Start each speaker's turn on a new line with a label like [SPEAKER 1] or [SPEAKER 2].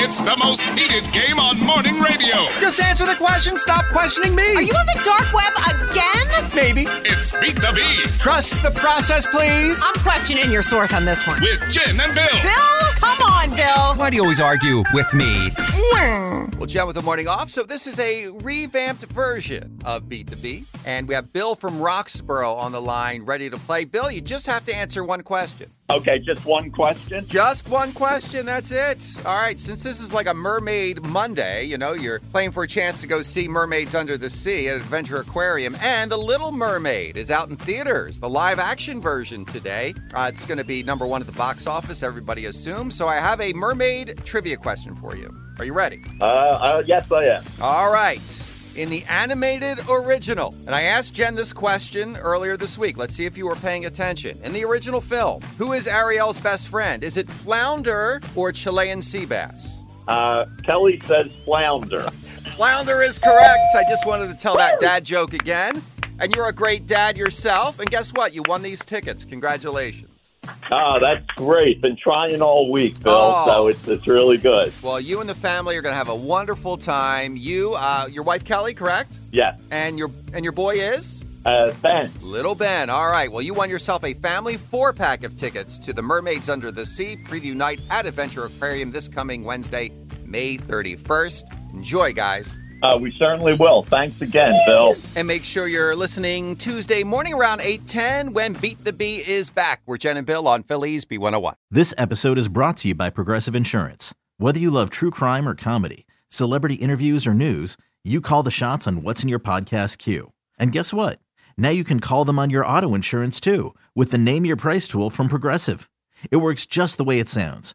[SPEAKER 1] It's the most heated game on morning radio.
[SPEAKER 2] Just answer the question. Stop questioning me.
[SPEAKER 3] Are you on the dark web again?
[SPEAKER 2] Maybe.
[SPEAKER 1] It's Beat the Bee
[SPEAKER 2] Trust the process, please.
[SPEAKER 3] I'm questioning your source on this one.
[SPEAKER 1] with Jen and Bill.
[SPEAKER 3] Bill, come on, Bill.
[SPEAKER 2] Why do you always argue with me?
[SPEAKER 3] Hmm.
[SPEAKER 2] Well, Jen with the morning off. So this is a revamped version of Beat the Beat, and we have Bill from Roxborough on the line, ready to play. Bill, you just have to answer one question.
[SPEAKER 4] Okay, just one question.
[SPEAKER 2] Just one question. That's it. All right. Since this is like a Mermaid Monday, you know, you're playing for a chance to go see Mermaids Under the Sea at Adventure Aquarium, and The Little Mermaid is out in theaters, the live action version today. Uh, it's going to be number one at the box office, everybody assumes. So I have a mermaid trivia question for you. Are you ready?
[SPEAKER 4] Uh, uh, yes, I am.
[SPEAKER 2] All right. In the animated original, and I asked Jen this question earlier this week. Let's see if you were paying attention. In the original film, who is Ariel's best friend? Is it flounder or Chilean sea bass?
[SPEAKER 4] Uh, Kelly says flounder.
[SPEAKER 2] Flounder is correct. I just wanted to tell that dad joke again. And you're a great dad yourself. And guess what? You won these tickets. Congratulations.
[SPEAKER 4] Oh, that's great. Been trying all week, Bill,
[SPEAKER 2] Oh.
[SPEAKER 4] so it's, it's really good.
[SPEAKER 2] Well, you and the family are going to have a wonderful time. You, uh, your wife Kelly, correct?
[SPEAKER 4] Yes.
[SPEAKER 2] And your and your boy is.
[SPEAKER 4] Uh, Ben,
[SPEAKER 2] Little Ben. All right. Well, you won yourself a family four pack of tickets to the Mermaids Under the Sea preview night at Adventure Aquarium this coming Wednesday, May 31st. Enjoy, guys.
[SPEAKER 4] uh, we certainly will. Thanks again, Bill.
[SPEAKER 2] And make sure you're listening Tuesday morning around 8:10 when Beat the Bee is back. We're Jen and Bill on Phillies B101.
[SPEAKER 5] This episode is brought to you by Progressive Insurance. Whether you love true crime or comedy, celebrity interviews or news, you call the shots on what's in your podcast queue. And guess what? Now you can call them on your auto insurance too with the Name Your Price tool from Progressive. It works just the way it sounds.